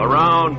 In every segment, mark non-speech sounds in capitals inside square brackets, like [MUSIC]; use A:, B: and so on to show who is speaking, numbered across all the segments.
A: Around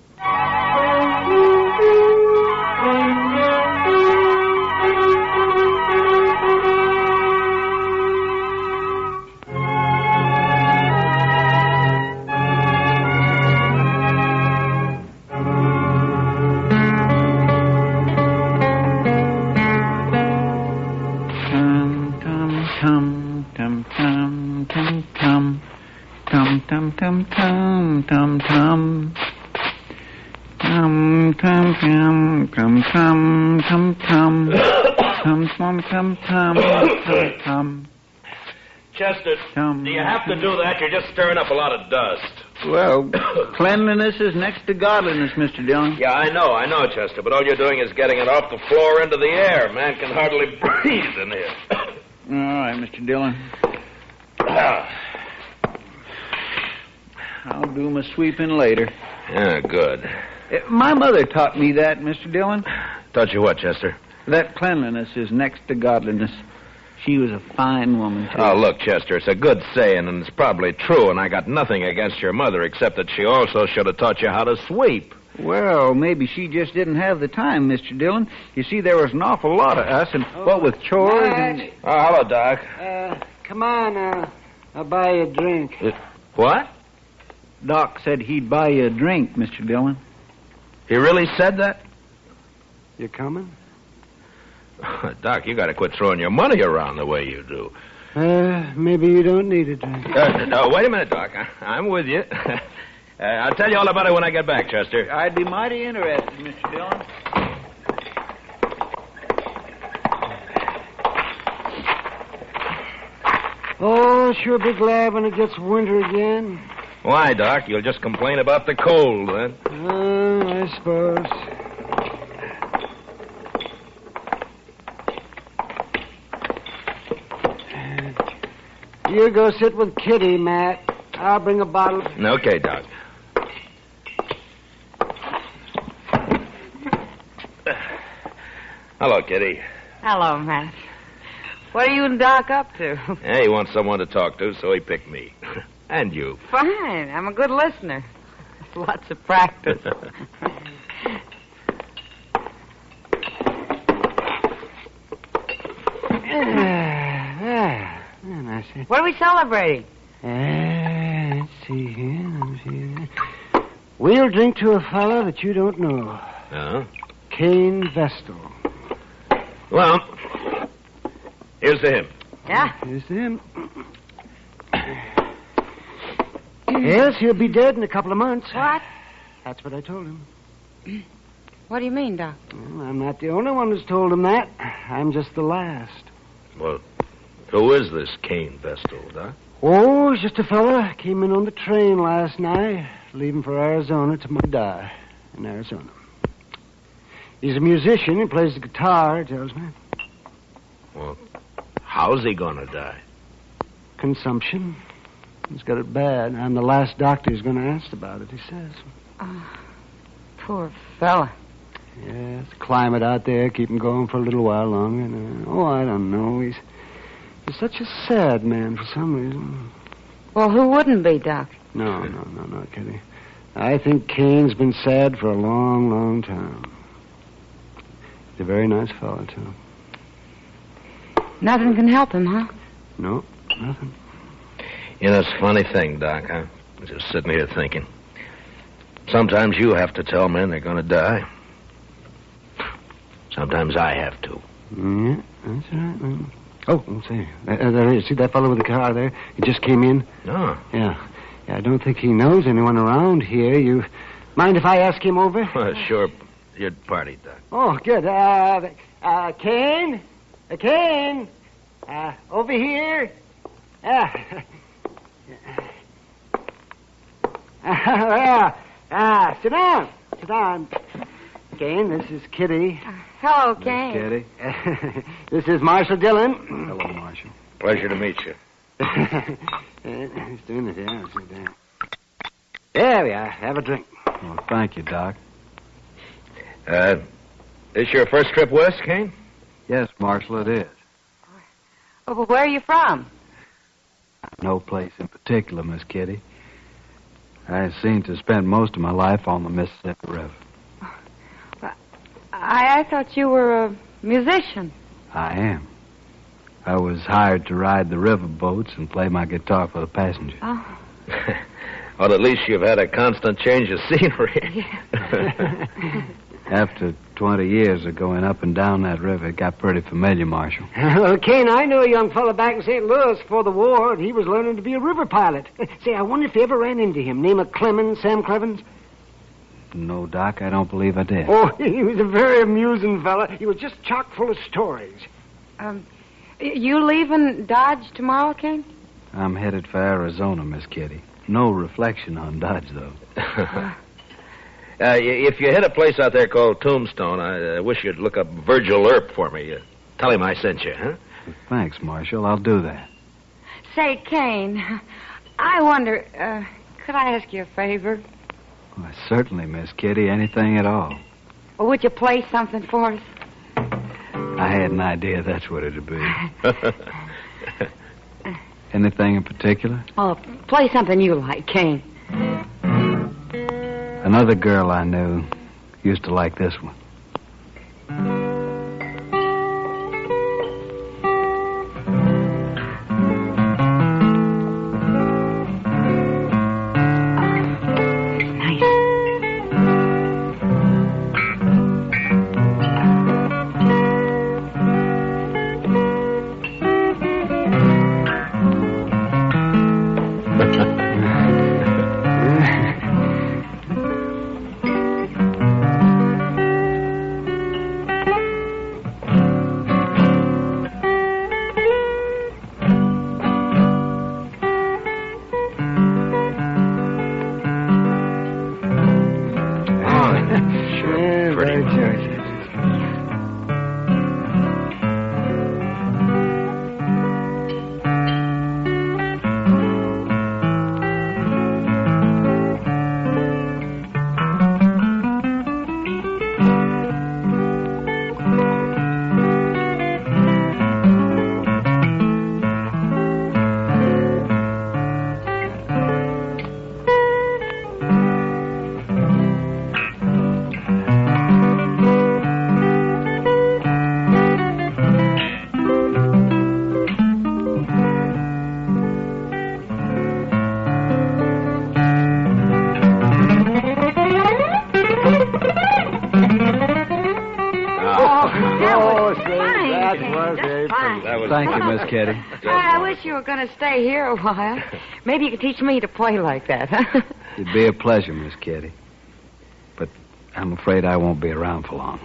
B: Tum tum tum tum tum tum tum tum tum tum tum tum tum tum tum tum tum tum tum tum tum tum tum tum tum tum
C: Chester,
B: Tum.
C: do you have to do that? You're just stirring up a lot of dust.
B: Well, cleanliness is next to godliness, Mr. Dillon.
C: Yeah, I know, I know, Chester, but all you're doing is getting it off the floor into the air. Man can hardly [COUGHS] breathe in here. [COUGHS]
B: All right, Mr. Dillon.
C: yeah,
B: I'll do my sweeping later.
C: good.
B: Uh, My mother taught me that, Mr. Dillon.
C: Taught you what, Chester?
B: That cleanliness is next to godliness. She was a fine woman, too.
C: Oh, look, Chester, it's a good saying, and it's probably true, and I got nothing against your mother except that she also should have taught you how to sweep.
B: Well, maybe she just didn't have the time, Mr. Dillon. You see, there was an awful lot of us, and what with chores and.
C: Oh, hello, Doc.
D: Uh, come on, uh, I'll buy you a drink.
C: What?
B: Doc said he'd buy you a drink, Mr. Dillon.
C: He really said that? [LAUGHS]
D: You coming?
C: Doc, you gotta quit throwing your money around the way you do.
D: Uh, maybe you don't need a drink.
C: Uh, no, wait a minute, Doc. I, am with you. [LAUGHS] uh, I'll tell you all about it when I get back, Chester.
B: I'd be mighty interested, Mr. Dillon.
D: Oh, I'll sure be glad when it gets winter again.
C: Why, Doc? You'll just complain about the cold, then.
D: Uh, I suppose. You go sit with Kitty, Matt. I'll bring a bottle. [CLEARS THROAT]
C: Okay, Doc. Hello, Kitty.
E: Hello, Matt. What are you and Doc up to?
C: Hey, he wants someone to talk to, so he picked me. [LAUGHS] and you.
E: [LAUGHS] Fine. I'm a good listener. Lots of practice.
D: Ah, ah, nice.
E: [LAUGHS] What are we celebrating?
D: Uh, let's see here. Let me see here. We'll drink to a fellow that you don't know,
C: Huh?
D: Cain Vestal.
C: Well, here's to him.
E: Yeah.
D: Here's to him. yes, he'll be dead in a couple of months.
E: What?
D: That's what I told him.
E: What do you mean, Doc?
D: Well, I'm not the only one who's told him that. I'm just the last.
C: Well, who is this Cain Vestal, Doc?
D: Oh, it's just a fella came in on the train last night, leaving for Arizona to my die in Arizona. He's a musician. He plays the guitar, he tells me.
C: How's he gonna die?
D: consumption. He's got it bad. I'm the last doctor he's going to ask about it, he says.
E: Oh, Poor fella.
D: Yes, climate out there, keep him going for a little while longer. And, uh, oh, I don't know. He's, he's such a sad man for some reason.
E: Well, who wouldn't be, Doc?
D: No, no, no, no, Kitty. I think Kane's been sad for a long, long time.
F: a very nice fellow, too.
E: Nothing can help him, huh?
F: No, nothing.
C: You know, it's a funny thing, Doc, huh? I'm just sitting here thinking. Sometimes you have to tell men they're going to die. Sometimes I have to.
F: Yeah, that's right. Mm. Oh, let's see. There, there- there is. See that fellow with the car there? He just came in.
C: No. [LAUGHS]
F: Yeah. yeah. I don't think he knows anyone around here. You mind if I ask him over?
C: Well, sure. Your party, Doc.
F: Oh, good. Uh, uh, Kane? Uh, Kane? Uh, over here? [LAUGHS] Ah. [LAUGHS] Ah, ah, sit down. Sit down. Kane, this is Kitty.
E: Uh, Hello, Kane.
F: Kitty. [LAUGHS] this is Marshall Dillon. Hello, Marshall.
C: Pleasure to meet you.
F: [LAUGHS] He's doing it, yeah. Sit down. There we are. Have a drink.
D: Well, thank you, Doc.
C: Uh, this your first trip west, Kane?
D: Yes, Marshal, it is.
E: Oh, well, where are you from?
D: No place in particular, Miss Kitty. I seem to spend most of my life on the Mississippi River.
E: I, I thought you were a musician.
D: I am. I was hired to ride the river boats and play my guitar for the passengers.
E: Oh,
C: [LAUGHS] Well, at least you've had a constant change of scenery. [LAUGHS]
D: [LAUGHS] After 20 years of going up and down that river, it got pretty familiar, Marshal.
F: Well, Kane, I knew a young fellow back in St. Louis before the war, and he was learning to be a river pilot. [LAUGHS] Say, I wonder if you ever ran into him. Name of Clemens, Sam Clemens.
D: No, Doc, I don't believe I did.
F: Oh, [LAUGHS] he was a very amusing fellow. He was just chock full of stories.
E: um, y- you leaving Dodge tomorrow, Kane?
D: I'm headed for Arizona, Miss Kitty. No reflection on Dodge, though.
C: [LAUGHS] uh, y- if you hit a place out there called Tombstone, I uh, wish you'd look up Virgil Earp for me. Uh, tell him I sent you,
D: [LAUGHS]
C: huh?
D: Thanks, Marshal. I'll do that.
E: Say, Kane, I wonder, uh, could I ask you a favor?
D: Why, certainly, Miss Kitty, anything at all.
E: Or would you play something for us?
D: I had an idea that's what it'd be. Anything in particular?
E: Oh, play something you like, Kane.
D: Another girl I knew used to like this one.
E: Nice.
C: Oh,
F: Yeah,
C: sure. Pretty
F: very
C: much.
F: choice.
C: Oh, [LAUGHS]
E: That was
F: Oh, say,
E: fine,
F: that
E: Kane,
F: was
E: just
F: very
E: fine.
C: that was
D: Thank you, Miss Kitty.
E: I wish you were going to stay here a while. Maybe you could teach me to play like that, [LAUGHS] huh?
D: It'd be a pleasure, Miss Kitty. But I'm afraid I won't be around for long.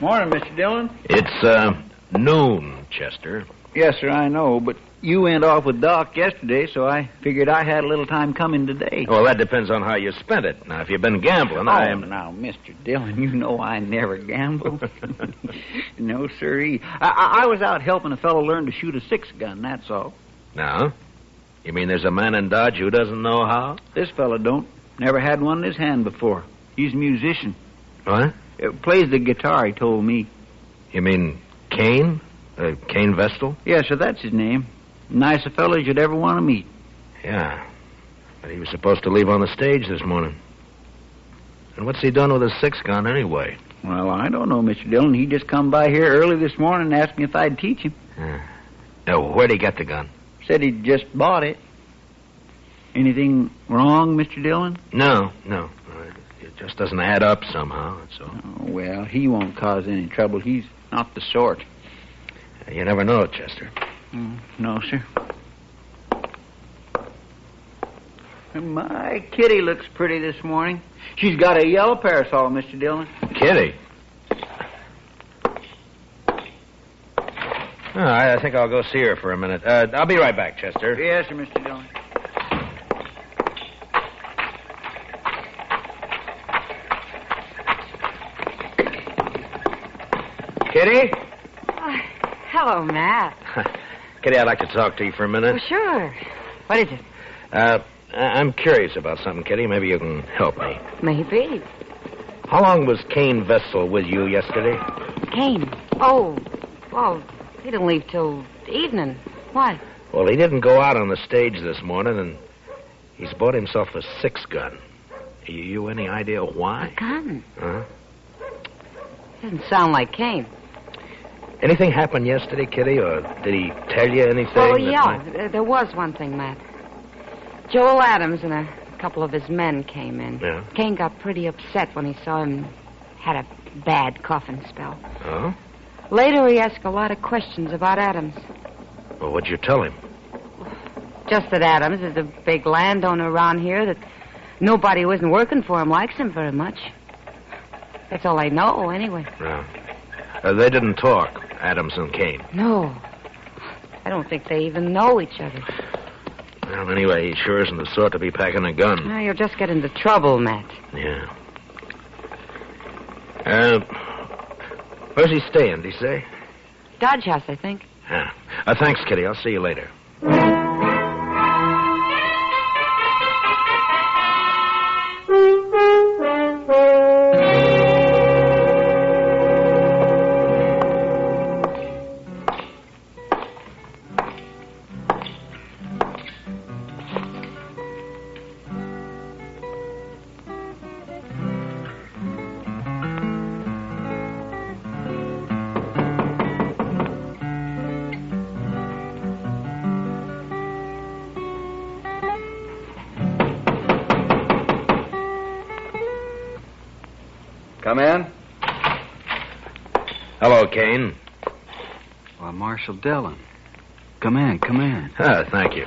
B: Morning, Mr. Dillon.
C: It's uh, noon, Chester.
B: Yes, sir, I know, but you went off with Doc yesterday, so I figured I had a little time coming today.
C: Well, that depends on how you spent it. Now, if you've been gambling, I
B: Oh,
C: am.
B: now, Mr. Dillon, you know I never gamble. no, sirree. I, I, I was out helping a fellow learn to shoot a six gun, that's all.
C: Now, you mean there's a man in Dodge who doesn't know how?
B: This fellow don't. Never had one in his hand before. He's a musician.
C: What?
B: Uh, plays the guitar, he told me.
C: You mean Kane? Uh, Kane Vestal?
B: Yeah, sir, that's his name. Nice a fellow you'd ever want to meet.
C: Yeah. But he was supposed to leave on the stage this morning. And what's he done with his six gun anyway?
B: Well, I don't know, Mr. Dillon. He just come by here early this morning and asked me if I'd teach him.
C: No, where'd he get the gun?
B: Said he'd just bought it. Anything wrong, Mr. Dillon?
C: No, no. Uh, It just doesn't add up somehow, that's all.
B: Oh, well, he won't cause any trouble. He's not the sort.
C: You never know, Chester.
B: Mm, No, sir. My kitty looks pretty this morning. She's got a yellow parasol, Mr. Dillon.
C: Kitty. All right, I think I'll go see her for a minute. Uh, I'll be right back, Chester.
B: Yes, sir, Mr. Dillon.
C: Kitty?
E: Uh, Hello, Matt.
C: [LAUGHS] Kitty, I'd like to talk to you for a minute.
E: Well, sure. What is it?
C: Uh, I- I'm curious about something, Kitty. Maybe you can help me.
E: Maybe.
C: How long was Kane Vestal with you yesterday?
E: Kane. Oh, well, he didn't leave till evening. Why?
C: Well, he didn't go out on the stage this morning, and he's bought himself a six gun. You, you any idea why?
E: Gun.
C: Huh?
E: Doesn't sound like Kane.
C: Anything happened yesterday, Kitty, or did he tell you anything?
E: Well,
C: that
E: yeah,
C: might-
E: there- there was one thing, Matt. Joel Adams and a couple of his men came in.
C: Yeah.
E: Kane got pretty upset when he saw him had a bad coughing spell.
C: Oh?
E: Later, he asked a lot of questions about Adams.
C: Well, what'd you tell him?
E: Just that Adams is a big landowner around here that nobody who isn't working for him likes him very much. That's all I know, anyway.
C: No. Uh, they didn't talk, Adams and Kane.
E: No. I don't think they even know each other.
C: Well, anyway, he sure isn't the sort to be packing a gun.
E: Now, you'll just get into trouble, Matt.
C: Yeah. Uh, where's he staying, did he say?
E: Dodge House, I think.
C: Yeah. Uh, thanks, Kitty. I'll see you later.
G: Come in.
C: Hello, Kane.
D: Why, Marshal Dillon. Come in, come in.
C: Ah, thank you.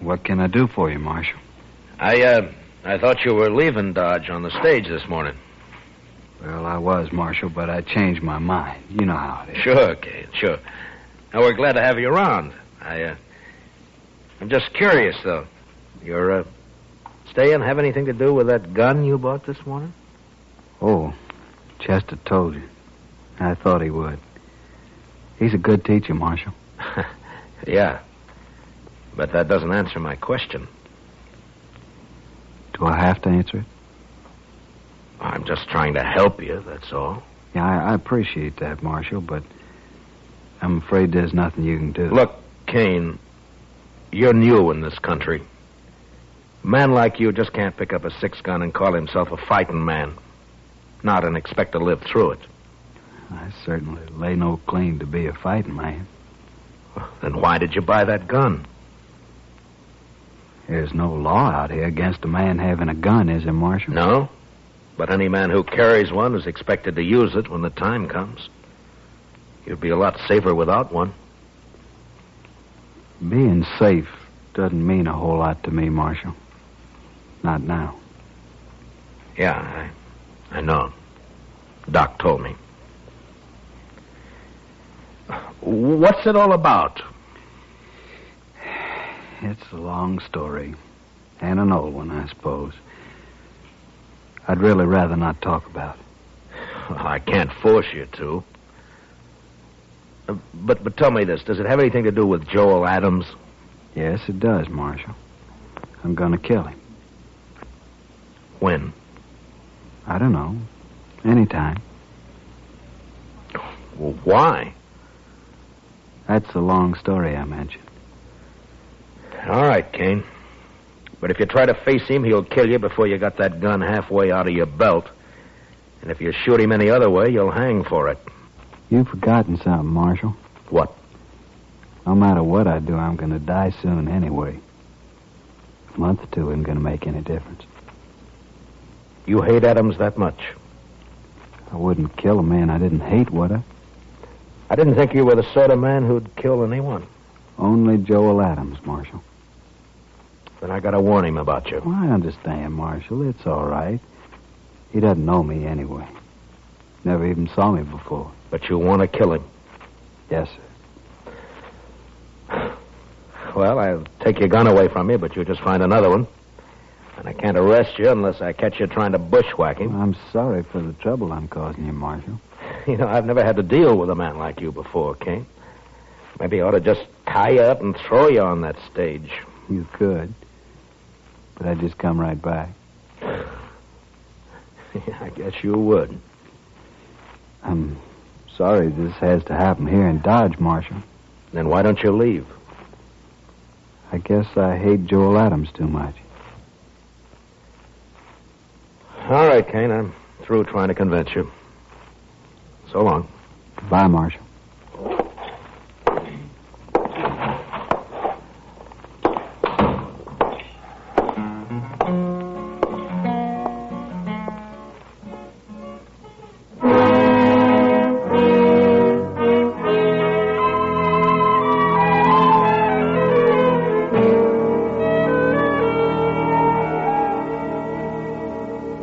D: What can I do for you, Marshal?
C: I, uh, I thought you were leaving Dodge on the stage this morning.
D: Well, I was, Marshal, but I changed my mind. You know how it is.
C: Sure, Kane, sure. Now, we're glad to have you around. I, uh, I'm just curious, though. Your, uh, stay have anything to do with that gun you bought this morning? [LAUGHS]
D: Oh, Chester told you. I thought he would. He's a good teacher, Marshal.
C: yeah. But that doesn't answer my question.
D: Do I have to answer it?
C: I'm just trying to help you, that's all.
D: Yeah, I, I appreciate that, Marshal, but I'm afraid there's nothing you can do.
C: Look, Kane, you're new in this country. Man like you just can't pick up a six gun and call himself a fighting man. Not and expect to live through it. [LAUGHS]
D: I certainly lay no claim to be a fighting man.
C: Then why did you buy that gun?
D: There's no law out here against a man having a gun, is there, Marshal?
C: No. But any man who carries one is expected to use it when the time comes. You'd be a lot safer without one.
D: Being safe doesn't mean a whole lot to me, Marshal. Not now.
C: Yeah, I, I know. Doc told me. What's it all about?
D: It's a long story. And an old one, I suppose. I'd really rather not talk about it.
C: Well, Oh, I can't force you to. Uh, But but tell me this: Does it have anything to do with Joel Adams?
D: Yes, it does, Marshal. I'm going to kill him.
C: When?
D: I don't know. Anytime.
C: Well, why?
D: That's the long story I mentioned.
C: All right, Kane. But if you try to face him, he'll kill you before you got that gun halfway out of your belt. And if you shoot him any other way, you'll hang for it.
D: You've forgotten something, Marshal.
C: What?
D: No matter what I do, I'm going to die soon anyway. A month or two isn't going to make any difference.
C: You hate Adams that much?
D: I wouldn't kill a man I didn't hate, would I?
C: I didn't think you were the sort of man who'd kill anyone.
D: Only Joel Adams, Marshal.
C: Then I gotta warn him about you.
D: Well, I understand, Marshal. It's all right. He doesn't know me anyway. Never even saw me before.
C: But you want to kill him.
D: Yes, sir.
C: Well, I'll take your gun away from you, but you just find another one. And I can't arrest you unless I catch you trying to bushwhack him.
D: I'm sorry for the trouble I'm causing you, Marshal.
C: [LAUGHS] You know, I've never had to deal with a man like you before, King. Maybe I ought to just tie you up and throw you on that stage. [LAUGHS]
D: You could. But I'd just come right back.
C: I guess you would.
D: I'm sorry this has to happen here in Dodge, Marshal.
C: Then why don't you leave?
D: I guess I hate Joel Adams too much.
C: All right, Kane, I'm through trying to convince you. So long.
D: Goodbye, Marshal.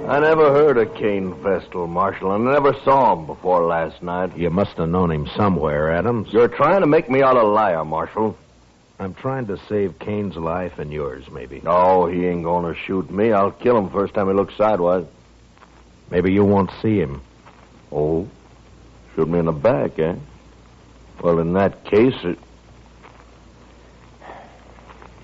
G: I never heard of Kane Vestal, Marshal. I never saw him before last night.
C: You must have known him somewhere, Adams.
G: You're trying to make me out a liar, Marshal.
C: I'm trying to save Kane's life and yours, maybe.
G: No, he ain't gonna shoot me. I'll kill him first time he looks sideways.
C: Maybe you won't see him.
G: Oh, shoot me in the back, eh? Well, in that case, it...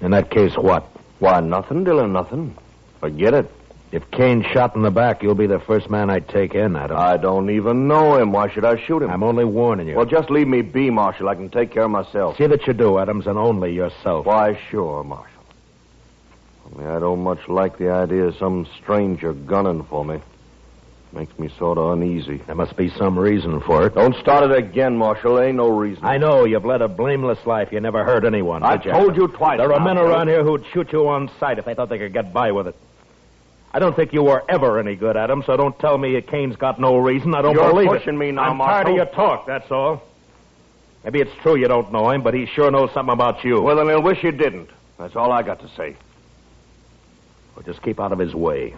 C: In that case, what?
G: why nothing, Dillon, nothing. Forget it.
C: If Kane's shot in the back, you'll be the first man I take in, Adams.
G: I don't even know him. Why should I shoot him?
C: I'm only warning you.
G: Well, just leave me be, Marshal. I can take care of myself.
C: See that you do, Adams, and only yourself.
G: Why, sure, Marshal. Only I don't much like the idea of some stranger gunning for me. Makes me sort of uneasy.
C: There must be some reason for it.
G: Don't start it again, Marshal. Ain't no reason.
C: I know you've led a blameless life. You never hurt anyone.
G: I
C: did you,
G: told
C: Adams?
G: you twice.
C: There are
G: now,
C: men
G: Dillon.
C: around here who'd shoot you on sight if they thought they could get by with it. I don't think you were ever any good at 'em, so don't tell me Kane's got no reason. I don't
G: You're
C: believe it.
G: pushing me now,
C: I'm tired
G: Marshal.
C: of your talk, that's all. Maybe it's true you don't know him, but he sure knows something about you.
G: Well, then he'll wish you didn't. That's all I got to say.
C: Well, just keep out of his way.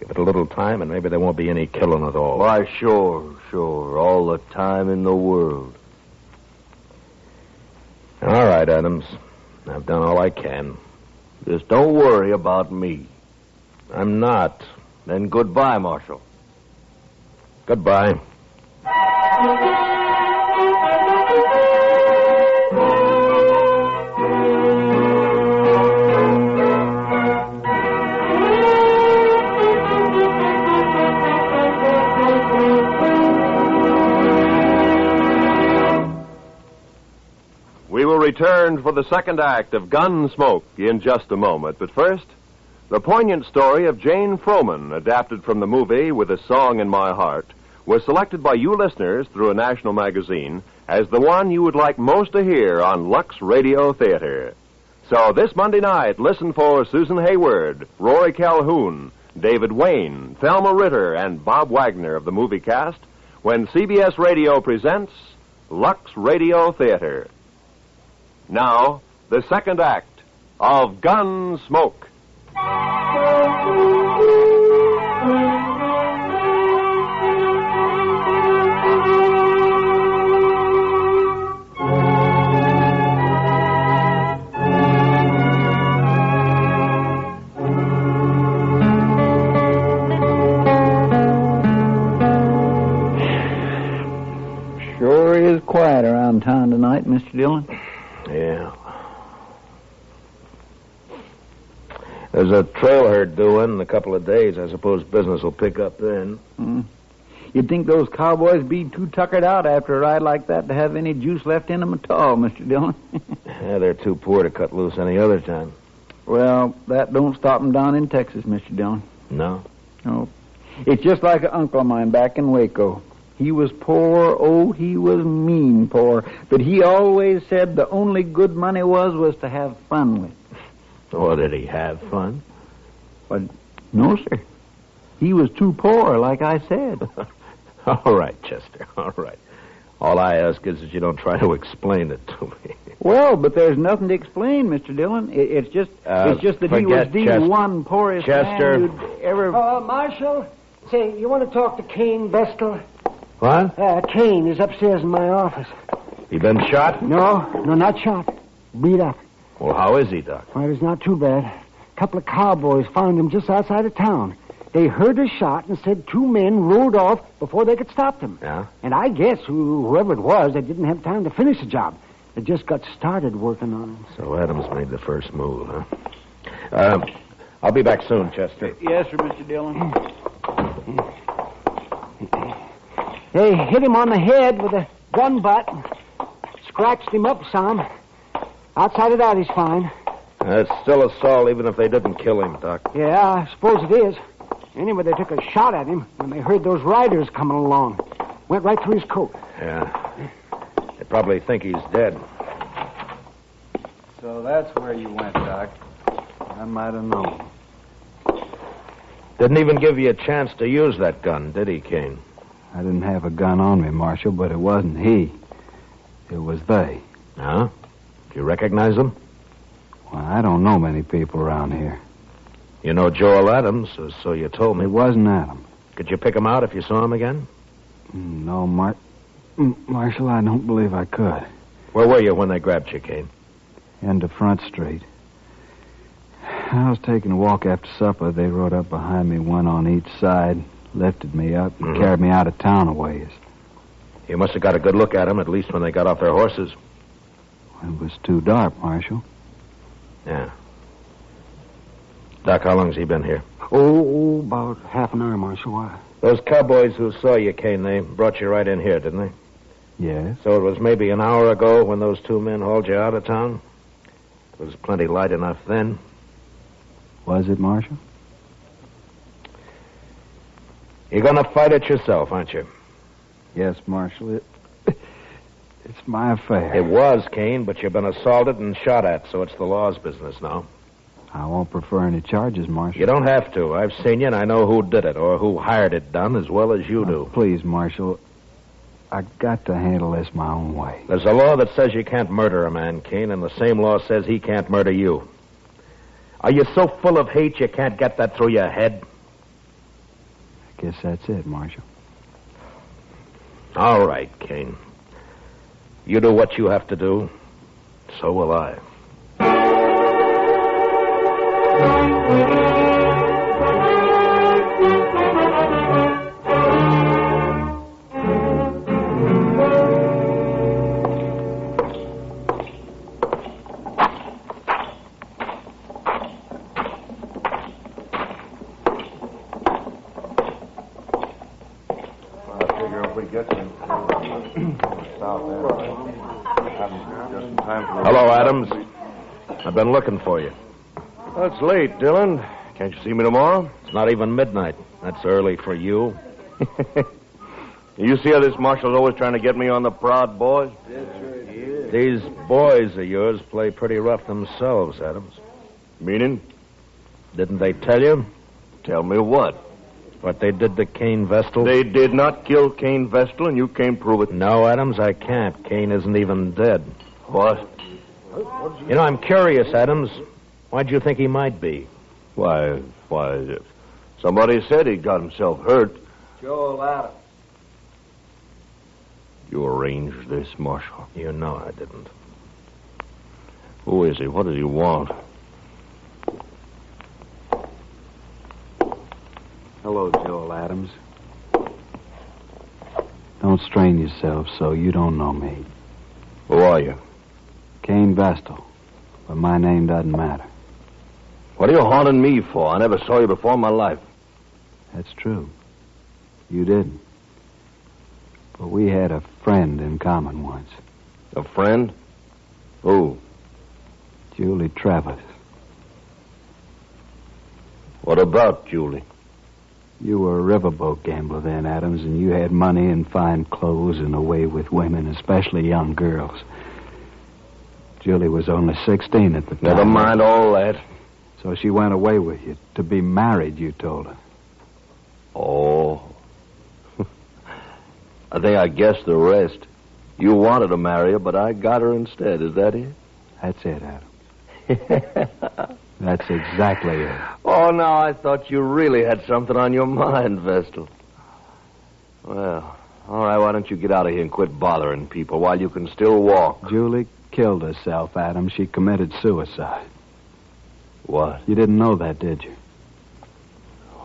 C: Give it a little time, and maybe there won't be any killing at all.
G: Why, sure, sure. All the time in the world.
C: All right, Adams. I've done all I can.
G: Just don't worry about me.
C: I'm not.
G: Then goodbye, Marshal.
C: Goodbye.
A: We will return for the second act of Gunsmoke in just a moment. But first, the poignant story of Jane Froman, adapted from the movie With a Song in My Heart, was selected by you listeners through a national magazine as the one you would like most to hear on Lux Radio Theater. So this Monday night, listen for Susan Hayward, Rory Calhoun, David Wayne, Thelma Ritter, and Bob Wagner of the movie cast when CBS Radio presents Lux Radio Theater. Now, the second act of Gunsmoke.
B: Sure is quiet around town tonight, Mr. Dillon.
C: Yeah. There's a trail herd due in, in a couple of days. I suppose business will pick up then.
B: Mm. You'd think those cowboys be too tuckered out after a ride like that to have any juice left in them at all, Mr. Dillon. [LAUGHS]
C: Yeah, they're too poor to cut loose any other time.
B: well, that don't stop 'em down in Texas, Mr. Dillon.
C: No?
B: No. It's just like an uncle of mine back in Waco. He was poor, oh, he was mean poor, but he always said the only good money was was to have fun with.
C: Or Oh, did he have fun? [LAUGHS]
B: No, sir. He was too poor, like I
C: [LAUGHS]
B: said.
C: All right, Chester. All right. All I ask is that you don't try to explain it to me. [LAUGHS]
B: Well, but there's nothing to explain, Mr. Dillon. It, it's just
C: Uh,
B: it's just that he was
C: forget
B: the
C: Chester.
B: one poorest
C: Chester.
B: man you'd ever.
D: Oh.
F: Uh, Marshal, say, you want to talk to Kane Bestel?
C: What?
F: Uh, Kane is upstairs in my office.
C: He been shot?
F: No, no, not shot. Beat up.
C: Well, how is he, Doc?
F: Well, it's not too bad. A couple of cowboys found him just outside of town. They heard a shot and said two men rode off before they could stop them.
C: Yeah?
F: And I guess who, whoever it was, they didn't have time to finish the job. They just got started working on him.
C: So Adams made the first move, huh? Um, I'll be back soon, Chester.
B: Yes, sir, Mr. Dillon.
F: They hit him on the head with a gun butt, scratched him up some. Outside of that, he's fine.
C: That's Uh, still assault, even if they didn't kill him, Doc.
F: Yeah, I suppose it is. Anyway, they took a shot at him when they heard those riders coming along. Went right through his coat.
C: Yeah. They probably think he's dead.
D: So that's where you went, Doc. I might have known.
C: Didn't even give you a chance to use that gun, did he, Kane?
D: I didn't have a gun on me, Marshal, but it wasn't he. It was they.
C: Huh? Do you recognize him?
D: Well, I don't know many people around here.
C: You know Joel Adams, so- so you told
D: It
C: me.
D: wasn't Adam. Mm,
C: Could you pick him out if you saw him again?
D: No, Mar- M- Marshal, I don't believe I could.
C: Where were you when they grabbed you, Kane?
D: into Front Street. I was taking a walk after supper. They rode up behind me, one on each side, lifted me up, and
F: Mm-hmm.
C: Mhm.
D: carried me out of town a ways.
C: You must have got a good look at him, at least when they got off their horses.
D: It was too dark, Marshal.
C: Yeah. Doc, how long's he been here?
F: Oh, oh, about half an hour, Marshal. Why?
C: Those cowboys who saw you, Kane, they brought you right in here, didn't they?
D: Yes.
C: So it was maybe an hour ago when those two men hauled you out of town? It was plenty light enough then.
D: Was it, Marshal?
C: You're gonna fight it yourself, aren't you?
D: Yes, Marshal. It, it's my affair.
C: It was, Kane, but you've been assaulted and shot at, so it's the law's business now.
D: I won't prefer any charges, Marshal.
C: You don't have to. I've seen you, and I know who did it or who hired it done as well as you
D: Now,
C: do.
D: Please, Marshal. I got to handle this my own way.
C: There's a law that says you can't murder a man, Kane, and the same law says he can't murder you. Are you so full of hate you can't get that through your head?
D: I guess that's it, Marshal.
C: All right, Kane. You do what you have to do. So will I.
G: I figure if we get them south just in time for
C: Hello, Adams. I've been looking for you.
G: That's late, Dylan. Can't you see me tomorrow?
C: It's not even midnight. That's early for you.
G: [LAUGHS] You see how this marshal's always trying to get me on the prod, boys?
C: These boys of yours play pretty rough themselves, Adams.
G: Meaning?
C: Didn't they tell you
G: Tell me what?
C: what they did to Kane Vestal?
G: They did not kill Cain Vestal, and you can't prove it.
C: No, Adams, I can't. Kane isn't even dead.
G: What?
C: You know, I'm curious, Adams. Why'd you think he might be?
G: Why, why, if somebody said he got himself hurt.
D: Joel Adams.
G: You arranged this, Marshal.
C: You know I didn't.
G: Who is he? What does he want?
D: Hello, Joel Adams. Don't strain yourself so you don't know me.
G: Who are you?
D: Kane Vestal. But my name doesn't matter.
G: What are you haunting me for? I never saw you before in my life.
D: That's true. You did. But we had a friend in common once
G: A friend? Who?
D: Julie Travis.
G: What about Julie?
D: You were a riverboat gambler then, Adams, and you had money and fine clothes and a way with women, especially young girls. Julie was only 16 at the time.
G: Never mind all that.
D: So she went away with you to be married, you told her.
G: Oh. I think I guessed the rest. You wanted to marry her, but I got her instead. Is that it?
D: That's it, Adams. That's exactly it.
G: Oh, now I thought you really had something on your mind, Vestal. Well, all right, why don't you get out of here and quit bothering people while you can still walk?
D: Julie killed herself, Adams. She committed suicide.
G: What?
D: You didn't know that, did you?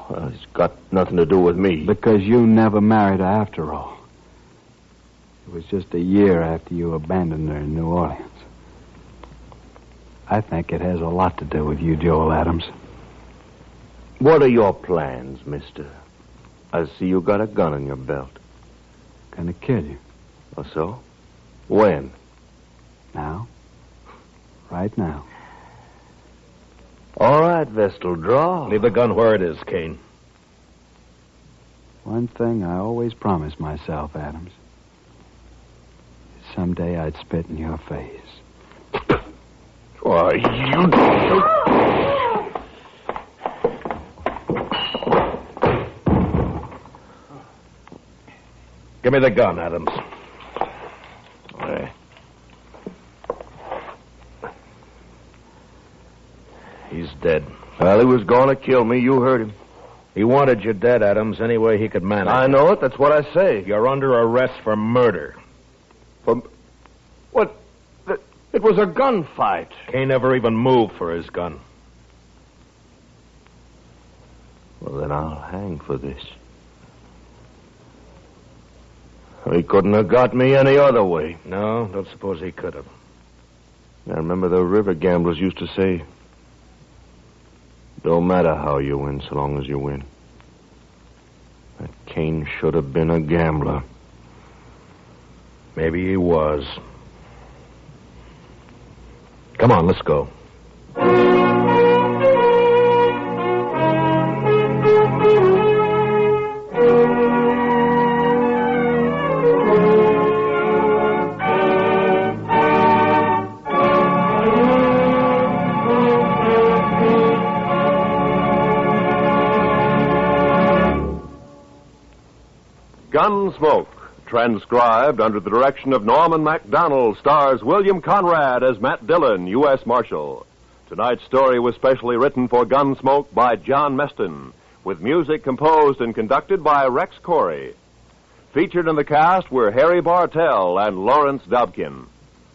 G: Well, it's got nothing to do with me.
D: Because you never married her after all. It was just a year after you abandoned her in New Orleans. I think it has a lot to do with you, Joel Adams.
G: What are your plans, mister? I see you got a gun in your belt.
D: Gonna kill you
G: Or so? When?
D: now. Right now.
G: All right, Vestal, draw.
H: Leave the gun where it is, Kane.
D: One thing I always promised myself, Adams. Someday I'd spit in your face.
G: Why, you...
H: Give me the gun, Adams.
G: Hey.
H: He's dead.
G: Well, he was going to kill me. You heard him.
H: He wanted you dead, Adams, any way he could manage.
G: I know it. That's what I say.
H: You're under arrest for murder.
G: What? Th- It was a gunfight.
H: Kane never even moved for his gun.
G: Well, then I'll hang for this. He couldn't have got me any other way.
H: No, don't suppose he could have.
G: I remember the river gamblers used to say, don't matter how you win so long as you win. That Kane should have been a gambler.
H: Maybe he was. Come on, let's go.
C: Gunsmoke, transcribed under the direction of Norman MacDonald, stars William Conrad as Matt Dillon, U.S. Marshal. Tonight's story was specially written for Gunsmoke by John Meston, with music composed and conducted by Rex Corey. Featured in the cast were Harry Bartell and Lawrence Dobkin.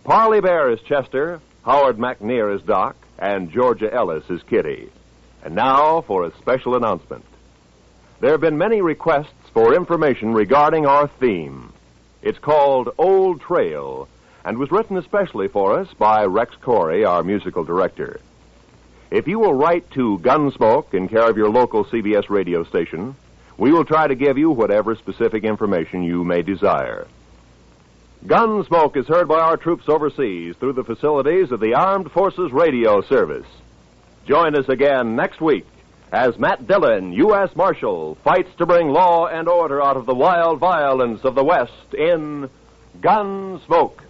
C: Parley Bear is Chester, Howard McNear is Doc, and Georgia Ellis is Kitty. And now for a special announcement. There have been many requests for information regarding our theme. It's called Old Trail and was written especially for us by Rex Corey, our musical director. If you will write to Gunsmoke in care of your local CBS radio station, we will try to give you whatever specific information you may desire. Gunsmoke is heard by our troops overseas through the facilities of the Armed Forces Radio Service. Join us again next week as Matt Dillon, U.S. Marshal, fights to bring law and order out of the wild violence of the West in Gunsmoke.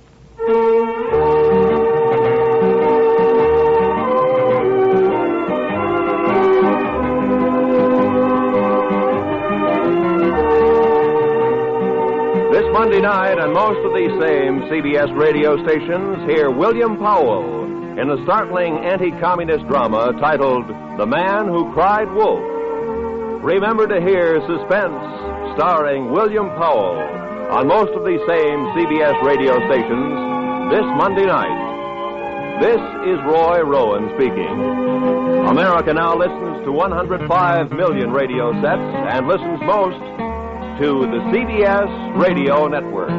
C: This Monday night on most of these same CBS radio stations, hear William Powell in the startling anti communist drama titled The Man Who Cried Wolf. Remember to hear Suspense, starring William Powell, on most of these same CBS radio stations this Monday night. This is Roy Rowan speaking. America now listens to 105 million radio sets and listens most to the CBS Radio Network.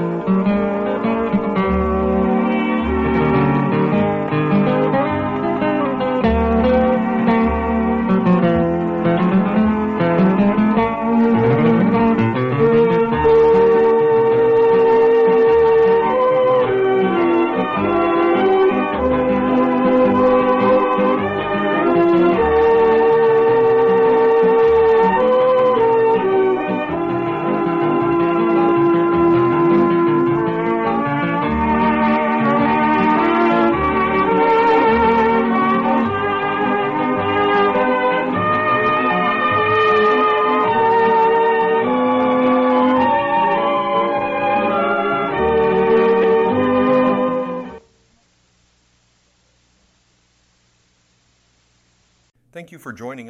I: Thank you for joining